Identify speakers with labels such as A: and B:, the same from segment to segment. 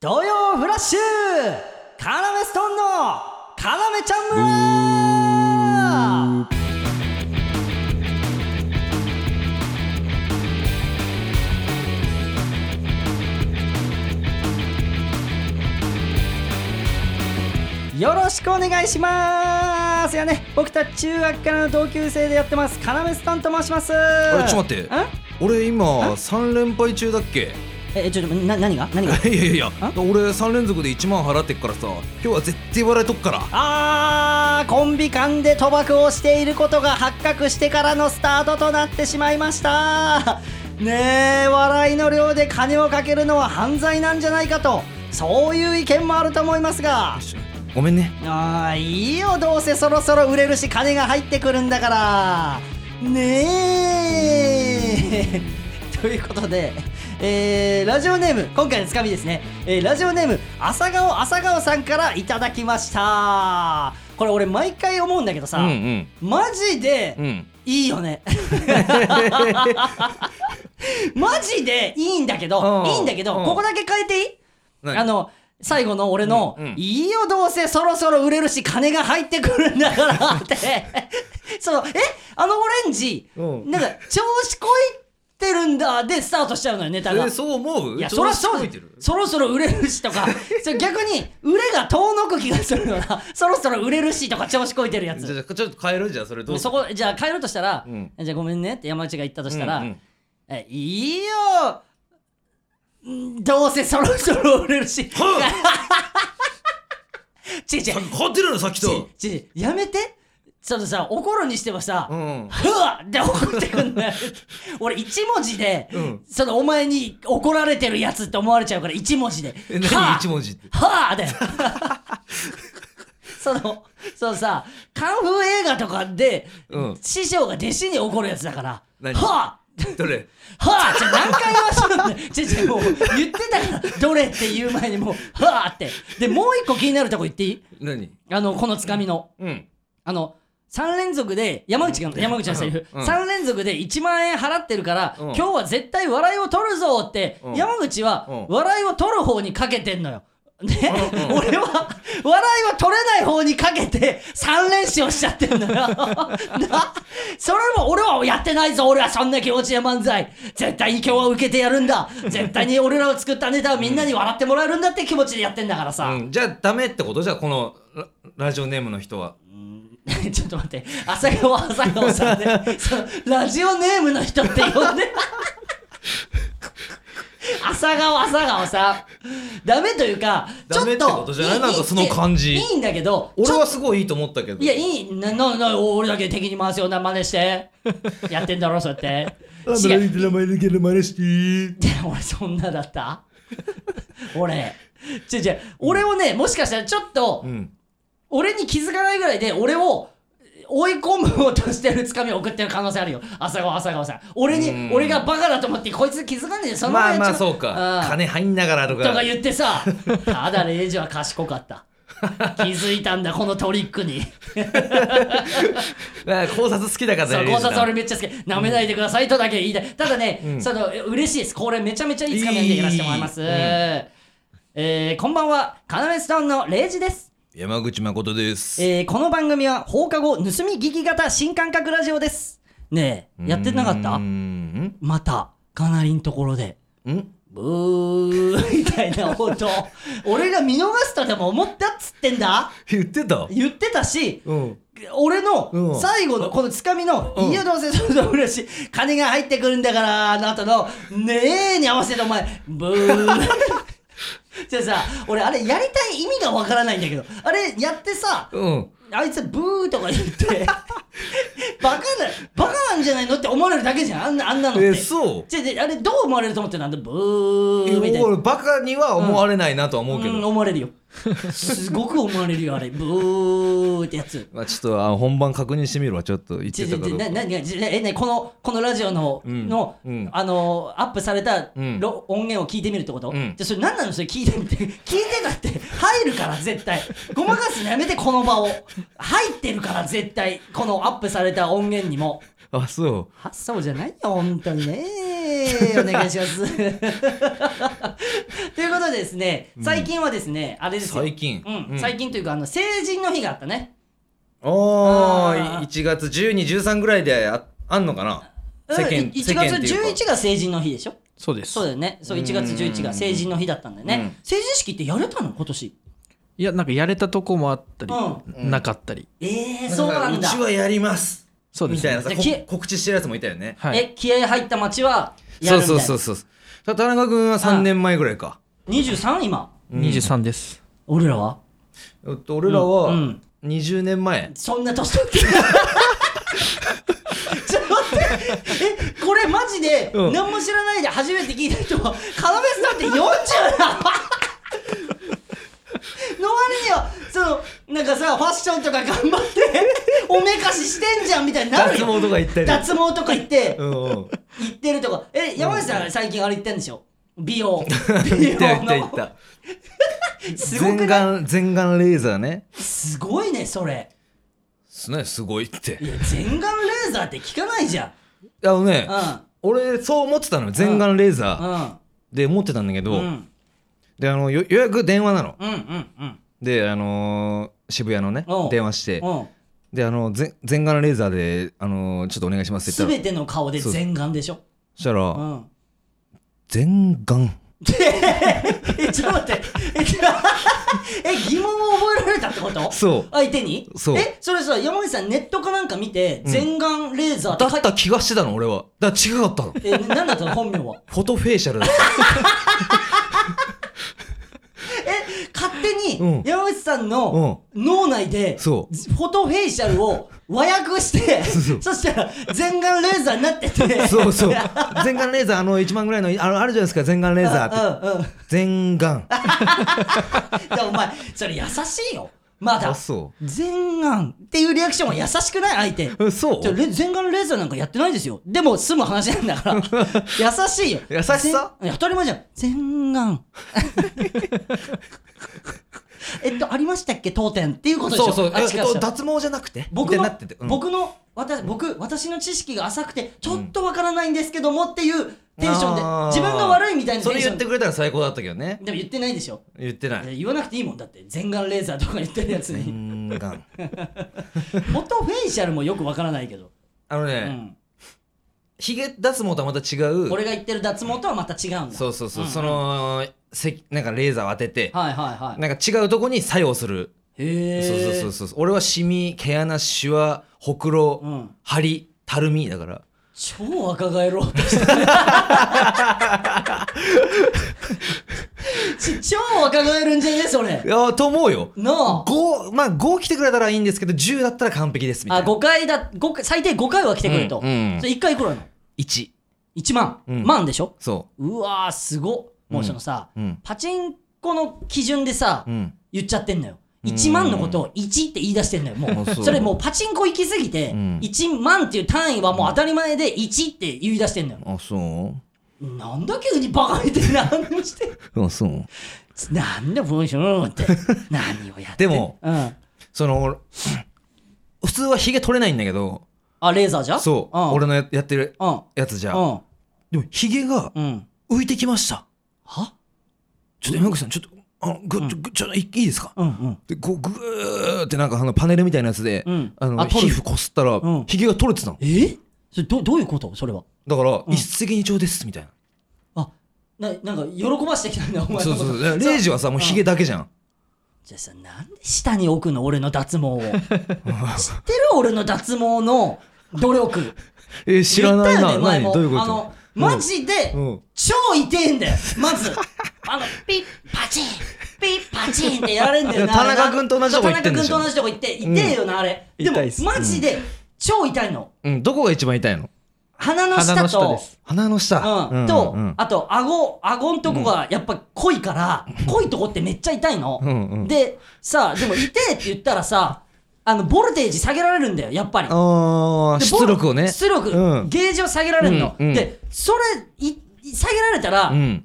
A: 土曜フラッシュカラメストンのカラメちゃん村よろしくお願いしますいやね僕たち中学からの同級生でやってますカラメストンと申します
B: あ
A: あ
B: れちょっと待って俺今三連敗中だっけ
A: えちょっとな何が何が
B: いやいやいや
A: あ
B: 俺三連続で1万払ってっからさ今日は絶対笑いとくから
A: あーコンビ間で賭博をしていることが発覚してからのスタートとなってしまいましたねえ笑いの量で金をかけるのは犯罪なんじゃないかとそういう意見もあると思いますが
B: ごめんね
A: あーいいよどうせそろそろ売れるし金が入ってくるんだからねえ ということで、えーラジオネーム今回のつかみですね、えーラジオネーム朝顔朝顔さんからいただきましたこれ俺毎回思うんだけどさ、
B: うんうん
A: マジで
B: うん
A: いいよ ねマジでいいんだけど
B: うん
A: いいんだけど
B: うん
A: ここだけ変えていい
B: 何
A: あの最後の俺の、
B: うんうん
A: いいよどうせそろそろ売れるし金が入ってくるんだからって そのえあのオレンジ、
B: うん
A: なんか調子こいてるんだでスタートしちゃうのよネタが。
B: えそう思う
A: いや
B: 調
A: そら
B: 子
A: そ
B: こ
A: う
B: いてる
A: そろそろ売れるしと かそれ逆に売れが遠のく気がするよなそろそろ売れるしとか調子こいてるや
B: じゃ
A: つ
B: あちょっと変えるじゃあそれどう
A: そこじゃあ帰ろうとしたら、
B: うん
A: じゃあごめんねって山内が言ったと
B: う
A: したら、
B: んうん
A: えいいよんどうせそろそろ売れるし。ちいちい
B: さっき変わってるのさっ き
A: ち
B: と
A: いちいやめてちょっとさ怒るにしてもさ「
B: うん
A: ふわ!」って怒ってくんだよ俺一文字で、
B: うん
A: そのお前に怒られてるやつって思われちゃうから一文字で
B: え
A: は
B: 何
A: あ
B: 一文字って
A: はあだよそのそのさカンフー映画とかで、
B: うん
A: 師匠が弟子に怒るやつだから「
B: 何
A: はあ!」
B: どれ
A: はあじゃあ何回言わしいんだよ。ちょちょもう言ってたから、どれって言う前にもう、はあって。で、もう一個気になるとこ言っていい
B: 何
A: あの、このつかみの。
B: うん
A: あの、3連続で、山内が、山口のセリフ、
B: うん
A: 3連続で1万円払ってるから、
B: うん
A: 今日は絶対笑いを取るぞって、
B: うん
A: 山口は
B: うん
A: 笑いを取る方にかけてんのよ。ね、
B: うんうん
A: 俺は、笑いは取れない方にかけて、3連勝しちゃってるのよ。 な、それも俺はやってないぞ、俺はそんな気持ちで漫才。絶対に今日は受けてやるんだ。絶対に俺らを作ったネタをみんなに笑ってもらえるんだって気持ちでやってんだからさ。
B: うんじゃあダメってことじゃあこのララジオネームの人は
A: ちょっと待って、朝顔朝顔さんで、そのラジオネームの人って呼ん で。朝顔朝顔さん。ダメというか、ちょ
B: ダメ
A: っ
B: ってこと
A: と。
B: じゃないなんかその感じ
A: いいいいんだけど、
B: 俺
A: ちょ
B: はすごいいいと思ったけど
A: いや、いい、な、な、な、俺だけ敵に回すような真似して。やってんだろ、そうやって。違う。
B: 名前だけの真似して
A: で俺そんなだった俺。違う違う。俺をね、もしかしたらちょっと、
B: うん
A: 俺に気づかないぐらいで俺を追い込もうとしてるつかみを送ってる可能性あるよ朝顔朝顔さん俺
B: う
A: に
B: ん
A: 俺がバカだと思ってこいつ気づかねえその
B: まあ
A: 前
B: ま
A: ち
B: あ
A: ょ
B: そうか
A: ん
B: 金入んながらと
A: と
B: か
A: か言って さただレイジは賢かった気づいたんだこのトリック に
B: あ考察好きだから
A: そう
B: ね
A: 考察俺めっちゃ好き舐めないでくださいとだけ言いたいただね、
B: うん
A: その嬉しいですこれめちゃめちゃいいつかみなんでやらせてもらいます
B: いいうん
A: えーこんばんはカナメストーンのレイジです
B: 山口誠です
A: えーこの番組は放課後盗み聞き型新感覚ラジオですねえやってなかっ
B: うー
A: た
B: ん
A: またかなりんところで
B: ん
A: ブーみ たいな音俺が見逃すとでも思ったっつってんだ
B: 言ってた
A: 言ってたし
B: うん
A: 俺
B: う
A: の
B: ん
A: 最後のこのつかみの「
B: うん
A: いやどうせそれで嬉しい金が入ってくるんだから」の後の「ねえ」に合わせてお前ブ ーじゃあさ俺あれやりたい意味がわからないんだけどあれやってさ
B: うん
A: あいつブーとか言って、 バカな、バカなんじゃないのって思われるだけじゃん、あんなあんなのって。
B: えそう
A: じゃじゃあれどう思われると思ってなんだ、ブーみたいな。
B: 俺バカには思われないなとは思うけ
A: うん、
B: ど
A: 思われるよ。すごく思われるよ、あれ。ブーってやつ。
B: まあちょっとあ本番確認してみるわちょっと言っ
A: ち
B: て
A: ょちょ
B: たか
A: ち
B: ど
A: ょ
B: うか
A: な何がちょえねこのこのラジオの,、
B: うん
A: の
B: うん
A: あのアップされた、
B: うん
A: ろ音源を聞いてみるってこと、
B: うん
A: じゃそれ何なのそれ聞いてみ て聞いてたって入るから絶対ごまかすのやめてこの場を入ってるから絶対このアップされた音源にも
B: あそう
A: 発想 じゃないよ本当にねお願いしますということで、はですね、最近はですね、あれですよ。
B: 最近
A: うん
B: うん
A: 最近というか、あの、成人の日があったね。
B: お
A: あー
B: ー、1月12、13ぐらいでああんのかな世間、
A: 1
B: 世間
A: 月
B: っていうか
A: 11が成人の日でしょ
C: そうです
A: そうだよね。そう、1月11が成人の日だったんだよ
B: う
A: ね
B: ん。
A: 成人式ってやれたの今年。
C: いやなんかやれたとこもあったり、
A: う
C: なかったり
A: ええ、そうなんだ
B: うち。はやります。
C: そうで
B: み
C: す
B: たい
C: ね
B: なさ、
A: で
B: こ
A: き
B: 告知してるやつもいたよね。
C: はい
A: え、気合入った街は、やる
B: そ
A: みたい
B: うそう
A: な。
B: そうそう。だ田中君は3年前ぐらいか。
A: 23今。
C: 23です、
A: 俺らは
B: えっと、俺らは
A: うんうん
B: 20年前。
A: そんな年取って ちょっと待ってえこれマジで
B: うん
A: 何も知らないで初めて聞いた人は要さんって40なの の割にはそのなんかさファッションとか頑張っておめかししてんじゃんみたいになる
B: 脱
A: よ
B: 毛とか行ったり。
A: 脱毛とか言って
B: うんうん。
A: 言ってるとかえ山内さん最近あれ言ってんでしょ美容美容
B: 行った行った行っ
A: の
B: た。
A: すご
B: 全
A: くない
B: 眼、全眼レーザーね。
A: すごいねそれ
B: すね、すごいって
A: い。や全顔レーザーって聞かないじゃん
B: あのね、
A: う
B: 俺、そう思ってたのよ。全眼レーザ
A: んうん
B: ーで思ってたんだけど、
A: うん
B: で、あの、よようやく電話なの。
A: うんうんうん
B: で、あのー、渋谷のね
A: うん、
B: 電話して、
A: うん
B: で、あの、全全眼レーザーで、あのー、ちょっとお願いしますって
A: す
B: 言った
A: べ
B: ら、
A: ての顔で全顔でしょ
B: そした
A: う
B: ら、
A: ん
B: 全眼。
A: えちょっと待ってえちょえ疑問を覚えられたってこと
B: そう
A: 相手に
B: そう
A: えそれさ山口さんネットかなんか見て
B: ん
A: 全顔レーザーって
B: だ
A: 書い
B: った気がしてたの、俺は。だから違かったの。
A: えなんだったの本名は
B: フォトフェイシャルだった。
A: え勝手
B: う
A: に
B: ん
A: 山口さんの脳内でフ
B: そう
A: ォトフェイシャルを和訳して
B: そう
A: そしたら全顔レーザーになってて
B: そ うそう。全眼レーザー、あの、1万ぐらいの、あのあるじゃないですか、全眼レーザーって。
A: うんうん
B: 全眼。
A: でもお前それ優しいよまだ
B: あ、そ
A: 全眼っていうリアクションは優しくない相 手
B: う。えそう
A: じゃあレ全眼レーザーなんかやってないですよでも済む話なんだから 優しいよ
B: 優しさ
A: 全いや当たり前じゃん全 眼えっとありましたっけ当店っていうことでし
B: そ
A: ょ
B: うそう。
A: あ違
B: え
A: う
B: っ
A: 違う
B: と脱毛じゃなくて
A: 僕
B: みたいに
A: の
B: なってて。うん
A: 僕の私僕私の知識が浅くてちょっとわからないんですけどもっていうテンションで、
B: あー
A: 自分が悪いみたいな
B: そ
A: テ
B: れ
A: ンショ
B: 言っ
A: ン
B: て
A: で
B: くれたら最高だったけどね。
A: でも言ってないでしょ
B: 言ってない。
A: 言わなくていいもんだって全眼レーザーとか言ってるやつに
B: 全眼。
A: フォトフェイシャルもよくわからないけど、
B: あの
A: う
B: ね、
A: ん、
B: ヒゲ脱毛とはまた違う。
A: 俺が言ってる脱毛とはまた違うんだ
B: そうそうそう。
A: んん
B: その、せなんかレーザーを当てて、
A: はいはいはい
B: なんか違うとこに作用する。
A: へえ
B: そうそうそうそう。俺はシミ、毛穴、シワ、ほくろ、
A: うん
B: 張り、たるみだから。
A: 超若返 ろう としてるち超若返るんじゃねえそれ
B: いやーと思うよ。
A: なあ
B: 5、まあ5来てくれたらいいんですけど、10だったら完璧ですみた
A: あ
B: いな。
A: 5回だ5回最低5回は来てくれと、
B: うんうん
A: それ1回いくらなの
B: 1。
A: 1万、
B: うん
A: 万でしょ
B: そう
A: わーすごっもうそのさ、
B: う。うん。
A: パチンコの基準でさ、
B: うん。
A: 言っちゃってんのよ。1万のことを1って言い出してんのよ。も、
B: あそうう
A: それもうパチンコ行きすぎて、
B: うん
A: 1万っていう単位はもう当たり前で1って言い出してんのよ。
B: あ、そう
A: なんだ急にバカみたいな話をして。
B: あ、そう。
A: なんで文章なのって。 何をやって。
B: でも、
A: うん。
B: その、俺普通はヒゲ取れないんだけど、
A: あ、レーザーじゃ
B: そう。
A: ん、
B: 俺
A: の。
B: のややってる
A: うん。
B: やつじゃ。
A: うん。
B: でも、ヒゲが
A: うん。
B: 浮いてきました。
A: は
B: ちょっと山口さん、ちょっと、あの、ぐ、ぐちょっと、いいいですか
A: うんうん。
B: で、こう、ぐーってなんかあのパネルみたいなやつで、
A: うん
B: あの、
A: あ取
B: 皮
A: る
B: 膚こすったら
A: うん、
B: ヒゲが取れてたの。
A: えそれどどういうことそれは。
B: だから、一石二鳥です、みたいな。
A: あ、な、なんか喜ばしてきたんだ、お前のこと
B: そうそうそう。レイジはさ、もうヒゲだけじゃん。
A: じゃあさ、なんで下に置くの俺の脱 毛を。知ってる俺の脱毛の努力。
B: えー、知らない
A: 言った
B: な。
A: よね、前も
B: 何どういうこ
A: あの
B: と、
A: マジで、
B: うん
A: 超痛えんだよ。ま ず、あの、ピッパチン、ピッパチンってやられんだよな。
B: 田中
A: あれな
B: 君と同じとこ行ってんでしょ
A: 田中君と同じとこ行って、痛えよな、あれ。でも
C: 痛いっ、す
A: マジで、超痛いの。
B: うん、どこが一番痛いの
A: 鼻の
C: 鼻
A: 下
C: の下
A: と
C: で、す
B: 鼻の下。
A: うん、と、
B: うん
A: あと、顎、顎んとこがやっぱ濃いから、濃いとこってめっちゃ痛いの。
B: うんうん
A: で、さあ、でも痛えって言ったらさ、あの、ボルテージ下げられるんだよ、やっぱり。
B: あー
A: でボ
B: 出
A: ル
B: 力をね。
A: 出力、
B: うん
A: ゲージを下げられるの。
B: うんうん
A: で、それ、い下げられたら、
B: うん。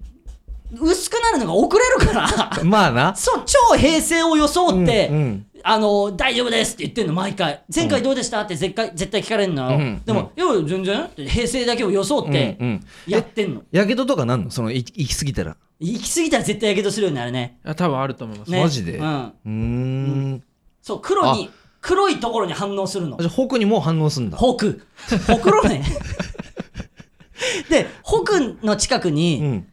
A: 薄くなるのが遅れるから、
B: まあな。
A: そう、超平成を装って、
B: うんうん
A: あの大丈夫ですって言ってんの毎回前回どうでしたって絶対絶対聞かれんのよ、
B: うん
A: でも、いや全然って平成だけを装って
B: うんうん
A: やってんの、
B: やけどとかなんのそのい行き過ぎたら
A: 行き過ぎたら絶対やけどするようになるね
C: あ多分あると思います、
A: ね
B: マジで
A: うん、
B: うーん
A: そう黒に黒いところに反応するの
B: あじゃあ北にも反応すんだ
A: 北 北黒ねで北の近くに、
B: うん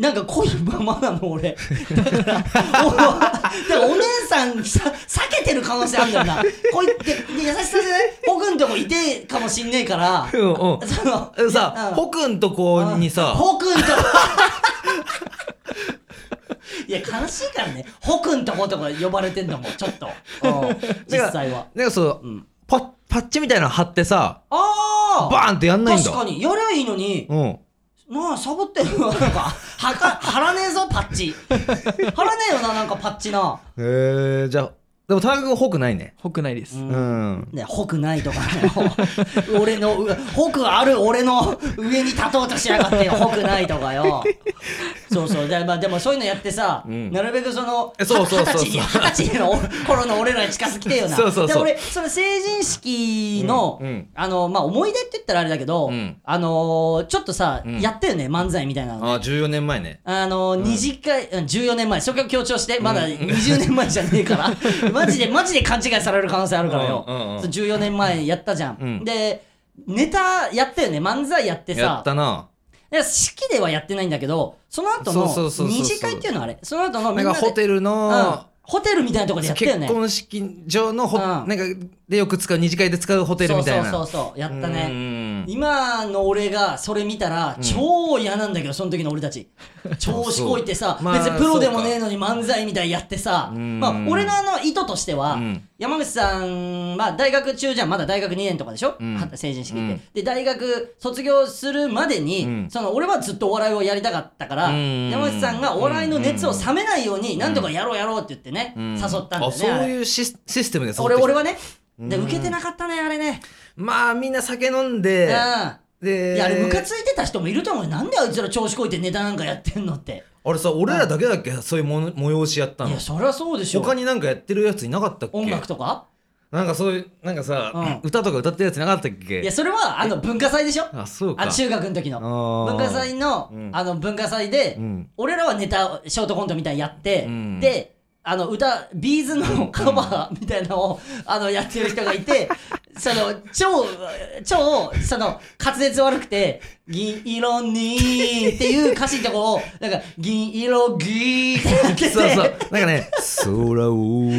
A: なんか濃いままなの俺だからお だからお姉さんさ避けてる可能性あるんだよなこういって優しさでね僕んとこいてえかもしんねえから
B: うんうん
A: その
B: えさ
A: うん
B: 北んとこにさ
A: 北んとこいや悲しいからね北んとことか呼ばれてんだもんちょっとうん実際は
B: なんかそう
A: うん
B: パッパッチみたいなの貼ってさ
A: ああ
B: バーンってやんないんだ
A: 確かにやりゃいいのに
B: うん
A: なあサボってるわなんかはか貼らねえぞパッチ貼らねえよななんかパッチな
B: へえじゃあでも田中君北ないね
C: 北内です、
A: うん
B: うん
A: ね、北ないとかよ俺のう北ある俺の上に立とうとしやがってよ北ないとかよそうそうで,、まあ、でもそういうのやってさ、
B: うん
A: なるべくその
B: えそうそうそうそう
A: 二十歳に二十歳の頃の俺らに近づきてえよな
B: そうそうそう
A: で俺その成人式の、
B: うんうん
A: あのまあ、思い出って言ったらあれだけど、
B: うん
A: あのーちょっとさ、
B: うん
A: やったよね漫才みたいなの
B: ああ14年前ね
A: あの、二次会、うん14年前、そこは強調して、まだ20年前じゃねえ から、マジで、マジで勘違いされる可能性あるからよ。
B: うんうんうん
A: そう14年前やったじゃん。
B: うん
A: で、ネタやったよね、漫才やって
B: や
A: さ
B: っ、たな
A: で式ではやってないんだけど、その後の
B: そうそうそうそうそう
A: 二次会っていうのはあれ、その後のみ
B: なんん
A: な
B: か
A: で
B: ホテル
A: うん
B: の
A: ホテルみたいなとこでやったよ
B: 結
A: ね。
B: 婚式場のホ
A: うん
B: なんかでよく使う二次会で使うホテルみたいな
A: そうそうそうそう、やった
B: う
A: ね。
B: ん
A: 今の俺がそれ見たら超嫌なんだけど、その時の俺た ち調子こいてさ、
B: まあ
A: 別にプロでもねえのに漫才みたいにやってさ、
B: うん
A: まあ、俺のあの意図としては、
B: うん
A: 山口さん、まあ、大学中じゃんまだ大学2年とかでしょ、
B: うん
A: は成人式って、
B: うん
A: で大学卒業するまでに、
B: うん
A: その俺はずっとお笑いをやりたかったから、
B: うん
A: 山口さんがお笑いの熱を冷めないように、なんとかやろうやろうって言ってね、
B: うん
A: 誘ったんだよね
B: あそう
A: あれ
B: いうシスシステムで誘ってき
A: 俺
B: た
A: 俺はねで
B: うん
A: 受けてなかったねあれね、
B: まあみんな酒飲んで
A: うん
B: で
A: いやあれムカついてた人もいると思うよなんであいつら調子こいてネタなんかやってんのって
B: あれさ俺らだけだっけそういうもの催しやった
A: い
B: の
A: やそりゃそうでしょ
B: 他になんかやってるやついなかったっけ
A: 音楽とか
B: なんかそういうなんかさ
A: う
B: 歌とか歌ってるやついなかったっ
A: いや
B: け
A: それはあの文化祭でしょ
B: あそう
A: あ
B: か
A: 中学の時の
B: あー
A: 文化祭の
B: うん
A: あの文化祭で、
B: うん
A: 俺らはネタショートコントみたいにやって、
B: うん
A: であの歌ビーズのカバーみたいなのをあのやってる人がい てその超超その滑舌悪くて「銀色に」っていう歌詞のとこをなんか「銀色ギー」ってやってて
B: そうそうなんかね空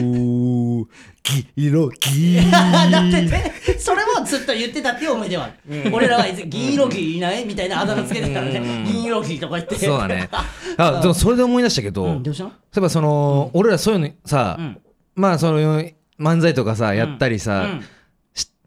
B: を黄色黄
A: だってね、それもずっと言ってたっていう思い出はある。俺らはいつ銀色ギいないみたいなあだ名つけてたらね
B: うん、
A: 銀色ギとか言って。
B: そうだねあでもそれで思い出したけど、
A: うん、どうしたの
B: そういえばその、俺らそういうのさ、
A: うん。
B: まあその漫才とかさやったりさ、
A: うん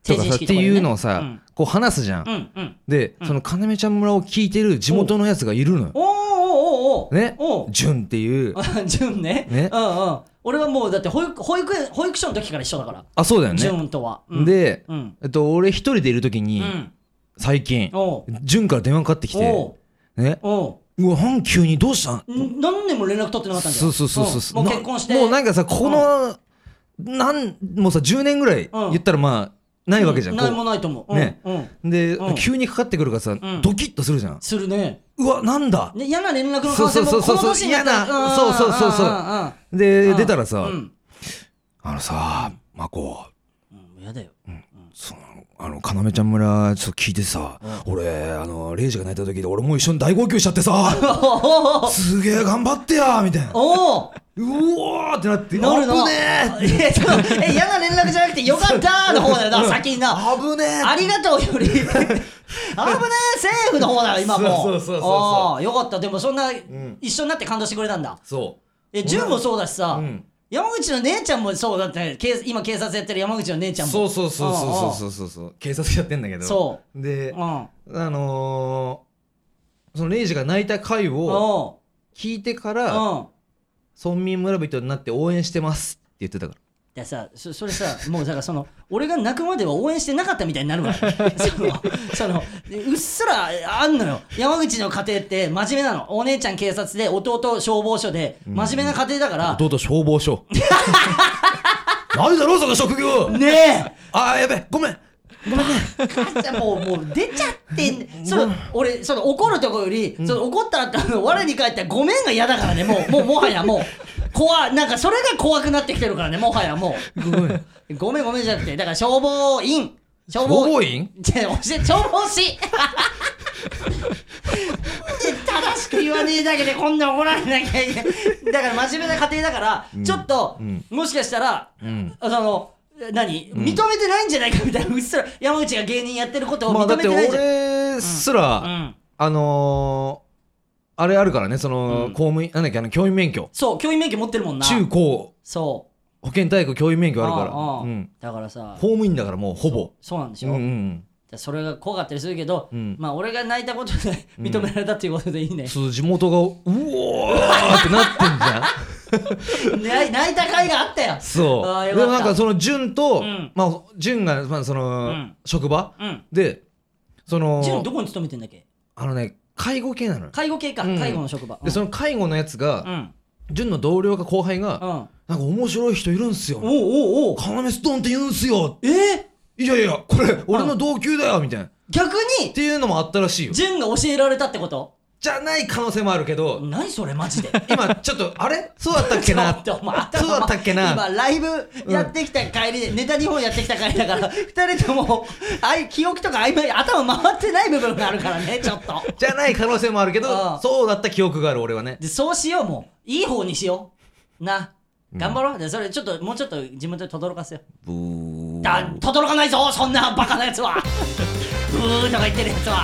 B: とかさ、っていうのをさ、
A: うん
B: こう話すじゃん、
A: うんうん。
B: で、その金目ちゃん村を聞いてる地元のやつがいるのよ
A: おーおーおーおー
B: ね
A: おー
B: ジュンっていう
A: あジュンね。
B: ね
A: うんうん。俺はもうだって保育保育園保育所の時から一緒だから。
B: あそうだよ
A: ジ
B: ね、
A: ュンとは。うん、
B: で、
A: うん。
B: えっと、俺一人でいる時
A: う
B: に、
A: ん。
B: 最近
A: おう
B: ジュンから電話かかってきて
A: お
B: ね
A: うお
B: うわ阪急にどうしたん
A: う。ん何年も連絡取ってなかったんじゃ
B: そ
A: ん
B: うそうそうそう、
A: んもう結婚して。
B: なもうなんかさこの、なんもうさ10年ぐらい
A: うん
B: 言ったらまあないわけじゃん、
A: う
B: こう
A: 何もないと思う。
B: ね
A: うん。うん
B: で、
A: うん
B: 急にかかってくるからさ、
A: ん
B: ドキッとするじゃん
A: するね。
B: うわなんだ
A: ね、嫌な連絡の可能性も
B: そう
A: こ
B: そうそうそう
A: の年になったら
B: 嫌なそうそうそうそうん
A: んん
B: で
A: うん
B: 出たらさ、
A: うん
B: あのさまこ
A: うん嫌だよ
B: そのあの要ちゃん村ちょっと聞いてさ、俺あのレイジが泣いた時で俺もう一緒に大号泣しちゃってさすげえ頑張ってやみたいな
A: おお
B: うおーってなって
A: なる
B: 危
A: の
B: ねえ
A: えっとえ嫌な連絡じゃなくてよかったの方だよな先にな
B: 危ねえ
A: ありがとうよ り危ねえセーフの方だよ今も
B: そうそうそうそうそう
A: ああよかったでもそんなん一緒になって感動してくれたんだ
B: そ
A: えジュンもそうだし
B: う、
A: さ
B: うん、
A: 山口の姉ちゃんもそうだったね警今警察やってる山口の姉ちゃんも
B: そうそうそうそうそうそうそう警察やってんだけど
A: そう
B: で
A: うんうん
B: あのー、そのレイジが泣いた回を
A: お
B: 聞いてか
A: う
B: ら
A: うん
B: 村民村人になって応援してますって言ってたから
A: だからさそそれさもうだからその俺が泣くまでは応援してなかったみたいになるわそのそのうっすらあんのよ山口の家庭って真面目なのお姉ちゃん警察で弟消防署で真面目な家庭だから、
B: 弟消防署ないだろ、その職業。
A: ね
B: あー、やべ、ごめん。
A: え母ちゃんもうもう出ちゃってんその俺その怒るとこより、その怒ったらあの我に返ってごめんが嫌だからねもうもうもはやもう怖いなんかそれが怖くなってきてるからねもはやもうごめんごめんごめんじゃなくてだから消防員消
B: 消防員
A: じゃあ、教えて、消防士正しく言わねえだけでこんな怒られなきゃいけない。だから真面目な家庭だから、ちょっと、
B: うん
A: もしかしたら、
B: うん
A: あの、何、認めてないんじゃないかみたいな、うっすら山口が芸人やってることを
B: まあ、だ
A: 認め
B: って
A: てないじゃん。
B: 俺すら、
A: うん、
B: あのー、あれあるからね、その、
A: うん
B: 公務員、なんだっけ、あの、教員免許。
A: そう、教員免許持ってるもんな。
B: 中高、
A: そ
B: 保健体育、教員免
A: う。
B: 許あるから。
A: ああ
B: うん。
A: だからさ、
B: 公務員だからもう、ほぼ。
A: そうなんです
B: う
A: よ。
B: んうん
A: だからそれが怖かったりするけど、
B: うん
A: まあ、俺が泣いたことで認められたっていうことでいいね
B: うん。。そう、地元が、うおーってなってんじゃ ん。
A: 泣い泣いた甲斐があった よ。
B: そ
A: あー
B: う。
A: よかった
B: でもなんかその純と、
A: うん
B: まあ純がまあその、
A: うん
B: 職場
A: うん。
B: でその
A: 純どこに勤めてんだっけ
B: あのね介護系なのよ。
A: 介護系か、
B: うん
A: 介護の職場
B: でその介護のやつ
A: う
B: が、
A: ん
B: 純の同僚か後輩
A: う
B: が、
A: ん
B: なんか面白い人いるんすよ。
A: おうおうおう
B: 要ストーンって言うんすよ。
A: えー、
B: いやいやこれ俺の同級だよみたいな。っ
A: 逆に
B: ていうのもあったらしいよ。
A: 純が教えられたってこと
B: じゃない可能性もあるけど、
A: 何それマジで
B: 今ちょっとあれそうだったっけな。
A: ちょっと待て
B: そうだったっけな
A: 今ライブやってきた帰りで、ネタ2本やってきた帰りだから 二人ともあい記憶とか曖昧頭回ってない部分があるから ねちょっと
B: じゃない可能性もあるけ
A: あ
B: ど
A: ー
B: そうだった記憶がある俺はね。
A: でそうしようもういい方にしような頑張ろう、でそれちょっともうちょっと自分で轟かせよう
B: ブー
A: だ轟かないぞそんなバカなやつ はブーとか言ってるやつは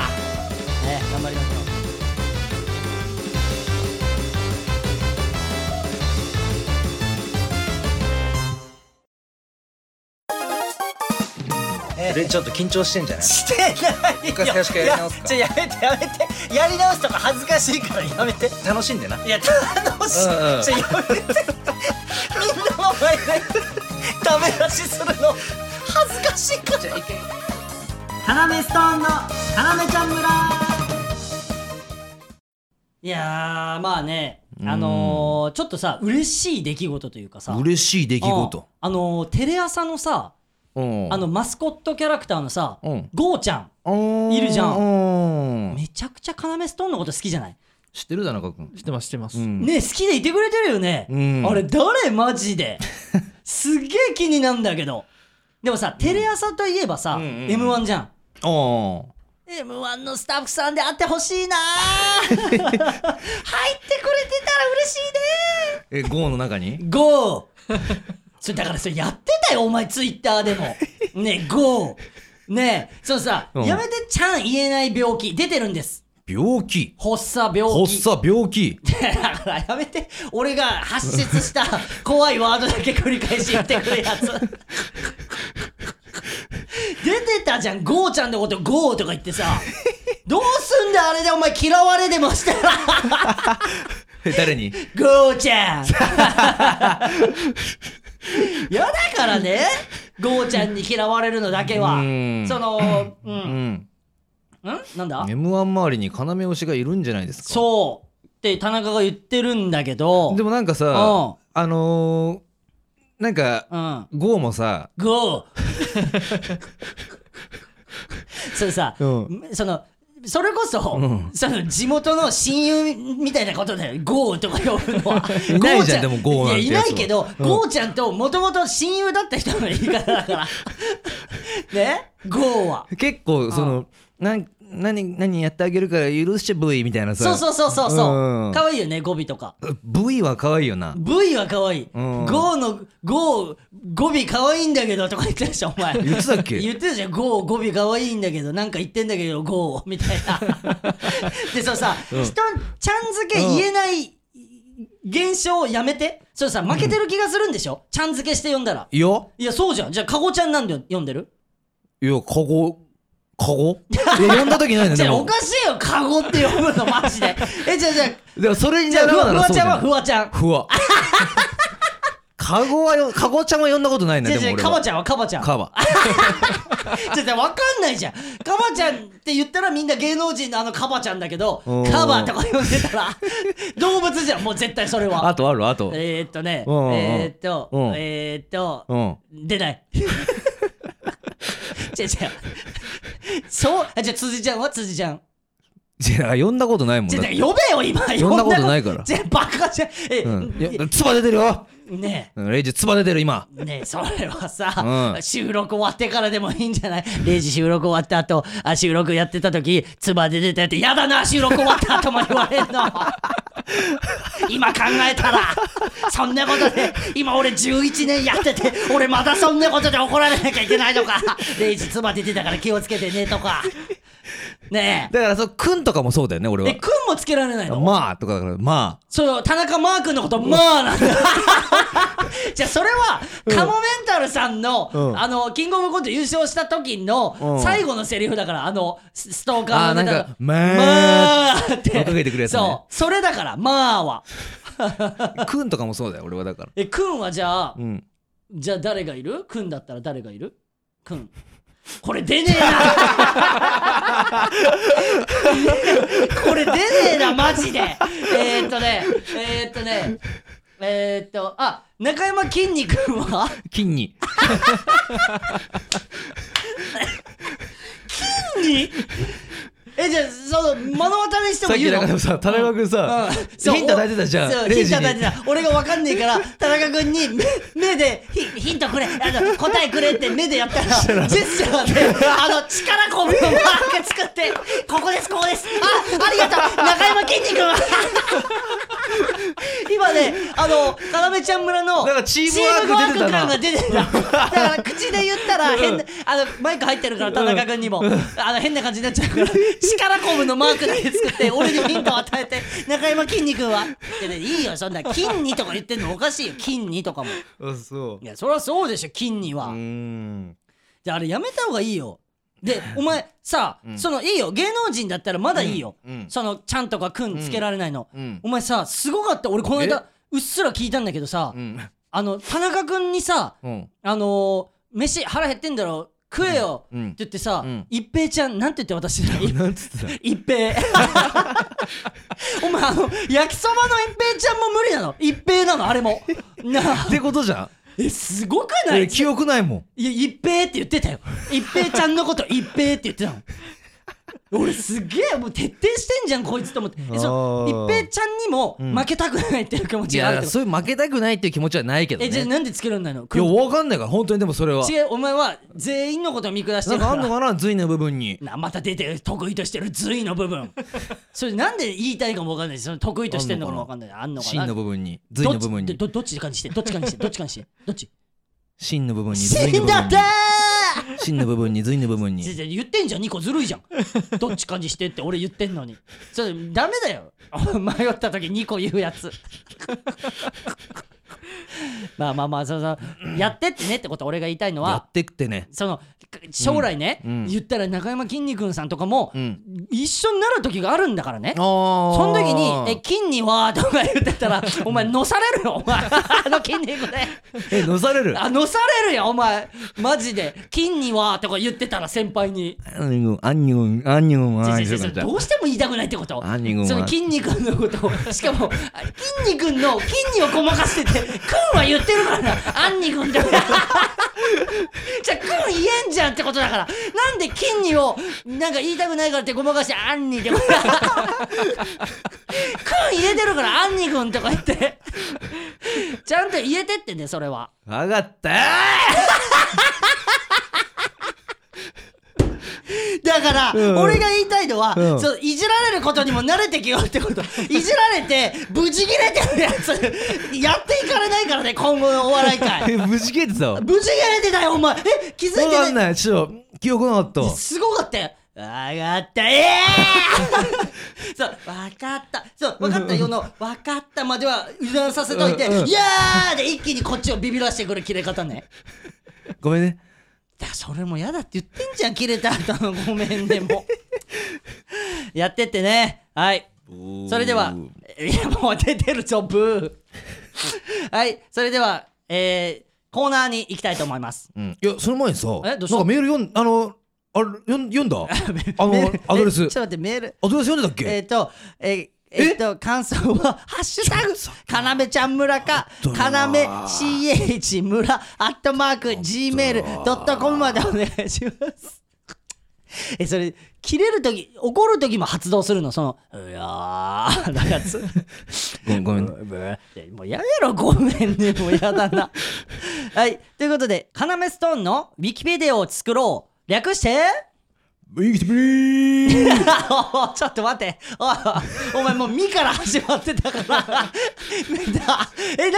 A: ね頑張りましょう
D: 俺ちょっと緊張してんじゃない
A: してないよ
D: 一回最初からやり直すか
A: いやちょやめてやめてやり直すとか恥ずかしいからやめて
D: 楽しんでない
A: や楽しい、
D: うんうん
A: ちょやめてみんなの前でダメ出しするの恥ずかしいからカナメストーンのカナメちゃん村いやーまあねあのー、ちょっとさ嬉しい出来事というかさ
B: 嬉しい出来
A: うん
B: 事。
A: あのー、テレ朝のさ
B: うん
A: あのマスコットキャラクターのさ、
B: うん
A: ゴーちゃんいるじゃん
B: ん
A: めちゃくちゃ要ストーンのこと好きじゃない、
B: 知ってるだなかくん
C: 知ってます知ってます、
B: うん
A: ねえ好きでいてくれてるよね、
B: うん
A: あれ誰マジ ですげえ気になんだけどでもさテレ朝といえばさ、
B: うんうんうん
A: m 1じゃん
B: あー
A: m 1のスタッフさんであってほしいなー 入ってくれてたら嬉しい
B: え GO の中に
A: ねー GO それだからそれやってたよお前ツイッターでもねえ GO ねえそのさ、
B: うん
A: やめてちゃん言えない病気出てるんです
B: 病気
A: 発作病気
B: 発作 病気
A: だからやめて俺が発出した怖いワードだけ繰り返し言ってくるやつ出てたじゃんゴーちゃんのことゴーとか言ってさどうすんだあれでお前嫌われでもしたら
B: え誰に
A: ゴーちゃんやだからねゴーちゃんに嫌われるのだけは
B: うん
A: そのう
B: うんん
A: んなんだ
B: m 1周りに要推しがいるんじゃないですか
A: そうって田中が言ってるんだけど
B: でもなんか
A: うん
B: さあのーなんか
A: うん
B: GO もさ
A: GO! それさ、
B: うん
A: そのそれこそ、
B: うん
A: その地元の親友みたいなことだよ、ゴーとか呼ぶのは。
B: い ないじ
A: ゴーち
B: ゃんでもゴーなんて
A: いや
B: や
A: いな
B: つはい
A: けど、ゴーちゃんともともと親友だった人の言い方だから。 ね、ゴーは。
B: 結構そのなん何何やってあげるから許して V みたいなさ
A: そうそうそうそうそうう。
B: ん
A: 可愛いよね、語尾とか。
B: V は可愛いよな
A: V は可愛い。
B: うん
A: ゴーの、ゴー、語尾可愛いんだけどとか言ってたでしょ、お前。
B: 言ってたっ
A: 言
B: け
A: ってたじゃん、ゴー、語尾可愛いんだけど、なんか言ってんだけど、ゴー、みたい な。で、そのさ、人、ちゃん付け言えない現象をやめて。そのさ、負けてる気がするんでしょちゃん付けして呼んだら。
B: いや
A: いや、そうじゃん。じゃあ、カゴちゃんなんで呼んでる
B: いやカゴカゴいや呼んだ時ないの
A: じ
B: で
A: ゃあ、お
B: も
A: かしいよ、カゴって呼ぶの、マジで。え、じゃあ、じゃあ、
B: でもそれに
A: じゃあ、
B: 習
A: ふ
B: う
A: わ
B: な
A: ふ
B: ら
A: わ
B: そう
A: ち
B: じ
A: ゃ
B: ゃ
A: ん
B: な
A: はいふわちゃん。
B: ふわ。カゴはよ、カゴちゃんは呼んだことないね。
A: 違
B: で
A: う
B: も
A: 違う
B: 俺
A: カバ
B: は。
A: ちゃんはカバちゃん
B: カバ。
A: じゃじゃわかんないじゃん。カバちゃんって言ったらみんな芸能人のあのカバちゃんだけど
B: うん、
A: カバとか呼んでたら、動物じゃん、もう絶対それ
B: あ
A: は。
B: とあるあと。
A: えー、っとね、
B: うんうん
A: えー、っと
B: うん、
A: えー、っと、
B: うん。
A: 出 ない。違う違う。そう、あじゃあ辻ちゃんは辻ちゃん。
B: じゃあ、呼んだことないもん
A: じ
B: だ
A: ゃ
B: っ
A: あ
B: て。
A: 呼べよ、今。
B: 呼んだことないから
A: じゃあバカじゃん。え、
B: うん。
A: いや
B: よつば出てるよ
A: ね
B: うんレイジ、つば出てる今。
A: え、ねえ、それはさ、
B: うん
A: 収録終わってからでもいいんじゃない ?0 時収録終わった後、あ、収録やってた時、つばで出てって、やだな、収録終わった後も言われんの。今考えたら、そんなことで、今俺11年やってて、俺まだそんなことで怒られなきゃいけないのか。0時つば出てたから気をつけてね、とか。ね
B: だから、そう、くんとかもそうだよね、俺
A: え。え、
B: は。
A: くんもつけられないの
B: まあ、とかだから、ま
A: その田中マー君のこと、まあなんだ。 じゃあそれは、カモメンタルさんの、
B: うん
A: あの、キングオブコント優勝した時
B: う
A: の
B: ん
A: 最後のセリフだから、あの、スストーカー
B: あ
A: の
B: ー
A: ネタ
B: なん
A: の
B: かまあ
A: まあって。
B: 追っかけてくるやつね
A: そう。それだから、まあは。
B: あ。くんとかもそうだよ、俺はだから。
A: え、くんはじゃあ、
B: うん。
A: じゃあ誰がいるくんだったら誰がいるくん。これ出ねえなこれ出ねえなマジでえー、っとねえー、っとねえー、っとあ中山きんに君は
B: 金に。
A: にえじゃあその目の当たりにしても
B: さっ
A: 言
B: き
A: う
B: だ
A: の
B: からさ、田中君さ、
A: そう
B: ヒント与えてたじゃん。
A: そう
B: レ
A: ヒ
B: イ
A: ン
B: ジ
A: ト
B: に
A: 与えてた俺が分かんねえから田中君に目目でヒヒントくれあの答えくれって目でやったら ジェスチャーであの力こぶのマーク作ってここですここですあありがとう中山きんに君 今ねあの要ちゃん村の
B: なんかチームワーク出てたな
A: チームワーク感が 出てただから口で言ったら変なあのマイク入ってるから田中君にもあの変な感じになっちゃうから力こぶのマークだけ作って俺にもヒントを与えて中山きんに君はってねいいよそんな「筋に」とか言ってんのおかしいよ「筋に」とかもい
B: うんそう。
A: やそりゃそうでしょ「筋に」
B: う
A: は
B: ーん。
A: じゃああれやめた方がいいよでお前さそのいいよ芸能人だったらまだいいよ
B: うん
A: その「ちゃん」とか「くん」つけられないの
B: うん。
A: お前さすごかった俺この間うっすら聞いたんだけどさ
B: うん。
A: あの田中君にさ
B: うん。
A: あのー、飯腹減ってんだろ食えよ、
B: うんうん
A: って言ってさ、
B: うん
A: 一平ちゃんなんて言って私だ
B: なんつってた
A: 一平お前あの焼きそばの一平ちゃんも無理なの一平なのあれもなあ
B: ってことじゃん。
A: えすごくない
B: 俺
A: い
B: 記憶ないもん。
A: や一平って言って たよ一平ちゃんのこと一平って言ってたの俺すげえもう徹底してんじゃんこいつと思ってえそ
B: あ
A: の
B: ー
A: 一平ちゃんにも負けたくないっていう気持
B: い
A: ちがあるっ
B: や、
A: てこと
B: そういう負けたくないっていう気持ちはないけど
A: え
B: ね。
A: じゃあ
B: い
A: なんでつけられないの
B: や、わかんないから、本当にでもそれは。
A: 違うお前は全員のことを見下して
B: な
A: る
B: んか
A: か
B: あん
A: ら
B: のかな、髄の部分に。
A: なまた出てる得意としてる髄の部分それなんで言いたいかもわかんないしその得意としてるのかもわかんないあんのか
B: 芯
A: な
B: の部分に、髄の部分に
A: ど。っちどどっち感じしてどっち感じしてどっち感じして どっち
B: 芯の部分に、髄
A: 死
B: の
A: ん
B: 部
A: だっ
B: 分
A: て
B: に。芯の部分に、髄の部分
A: ー
B: に。
A: 違う違う言ってんじゃん2個ずるいじゃ んどっち感じしてって俺言ってんのにそれダメだよ 迷った時2個言うやつ まあまあまあそのそ のやってってねってこと俺が言いたいの
B: や
A: は
B: ってくってね。
A: その将来ね、
B: うん
A: 言ったら中山きんに君さんとかも、
B: うん。
A: 一緒になる時があるんだからね
B: ああ。
A: その時に「え、金には」とか言ってたら お前のされるよお前 あの筋肉で
B: え、のされる。
A: あのされるよお前マジで「金には」とか言ってたら先輩に
B: アンニョン、アンニョン、アンニョン、アンニ
A: 違う違う違う
B: ョン
A: ど。うしても言いたくないってこと
B: アンニョン
A: そ
B: は
A: の筋肉のことをしかもあ筋肉の筋にをごまかしてて「くん」は言ってるからな「あんにくん」だからじゃあ「くん」言えんじゃんってことだからなんで筋にをなんか言いたくないからってごまかして「あんに」ってことだ「くん」言えてるから「あんにくん」とか言ってちゃんと言えてってねそれは
B: わかった
A: だから、
B: うん
A: 俺が言いたいのは、
B: うん
A: そういじられることにも慣れてきようって こといじられて無事切れてるやつやっていかれないからね今後のお笑い界
B: え、無事消えてたわ。わ
A: 無事切れてたよお前え気づいて
B: かん
A: ない
B: ない。ちょっと、記憶なかったわ。
A: すごかったよわかったええ そうわかったそうわかったよのわかったまでは油断させといて「
B: うんうん
A: いやー!」で一気にこっちをビビらしてくる切れ方ね
B: ごめんね。
A: だからそれも嫌だって言ってんじゃん切れた後のごめんね もうやってってねはいそれでは、いやもう出てるぞブーはいそれではえー、コーナーに行きたいと思います。
B: うん、いやその前にさな
A: え
B: ん
A: どう
B: か
A: した
B: メール読んあのあれ読ん読 んだあ
A: メー
B: の
A: ル
B: アドレス
A: えちょっと待って、メール。
B: アドレス読んでたっ
A: えっ、
B: け
A: と、えーえっと、感想は、ハッシュタグ、かなめちゃん村か、
B: 本当
A: か
B: にな
A: なめ CH 村、アットマーク、gmail.com までお願いします。 え、それ、切れるとき、怒るときも発動するの、その、いやー、なんか つ、
B: ごめんごめん
A: いやもうやめろごめんねもうやだ なはいということで「カナメストーン」のウィキペディアを作ろう略して
B: 生きてくれー
A: お いちょっと待っておいお前もう「み」から始まってたから え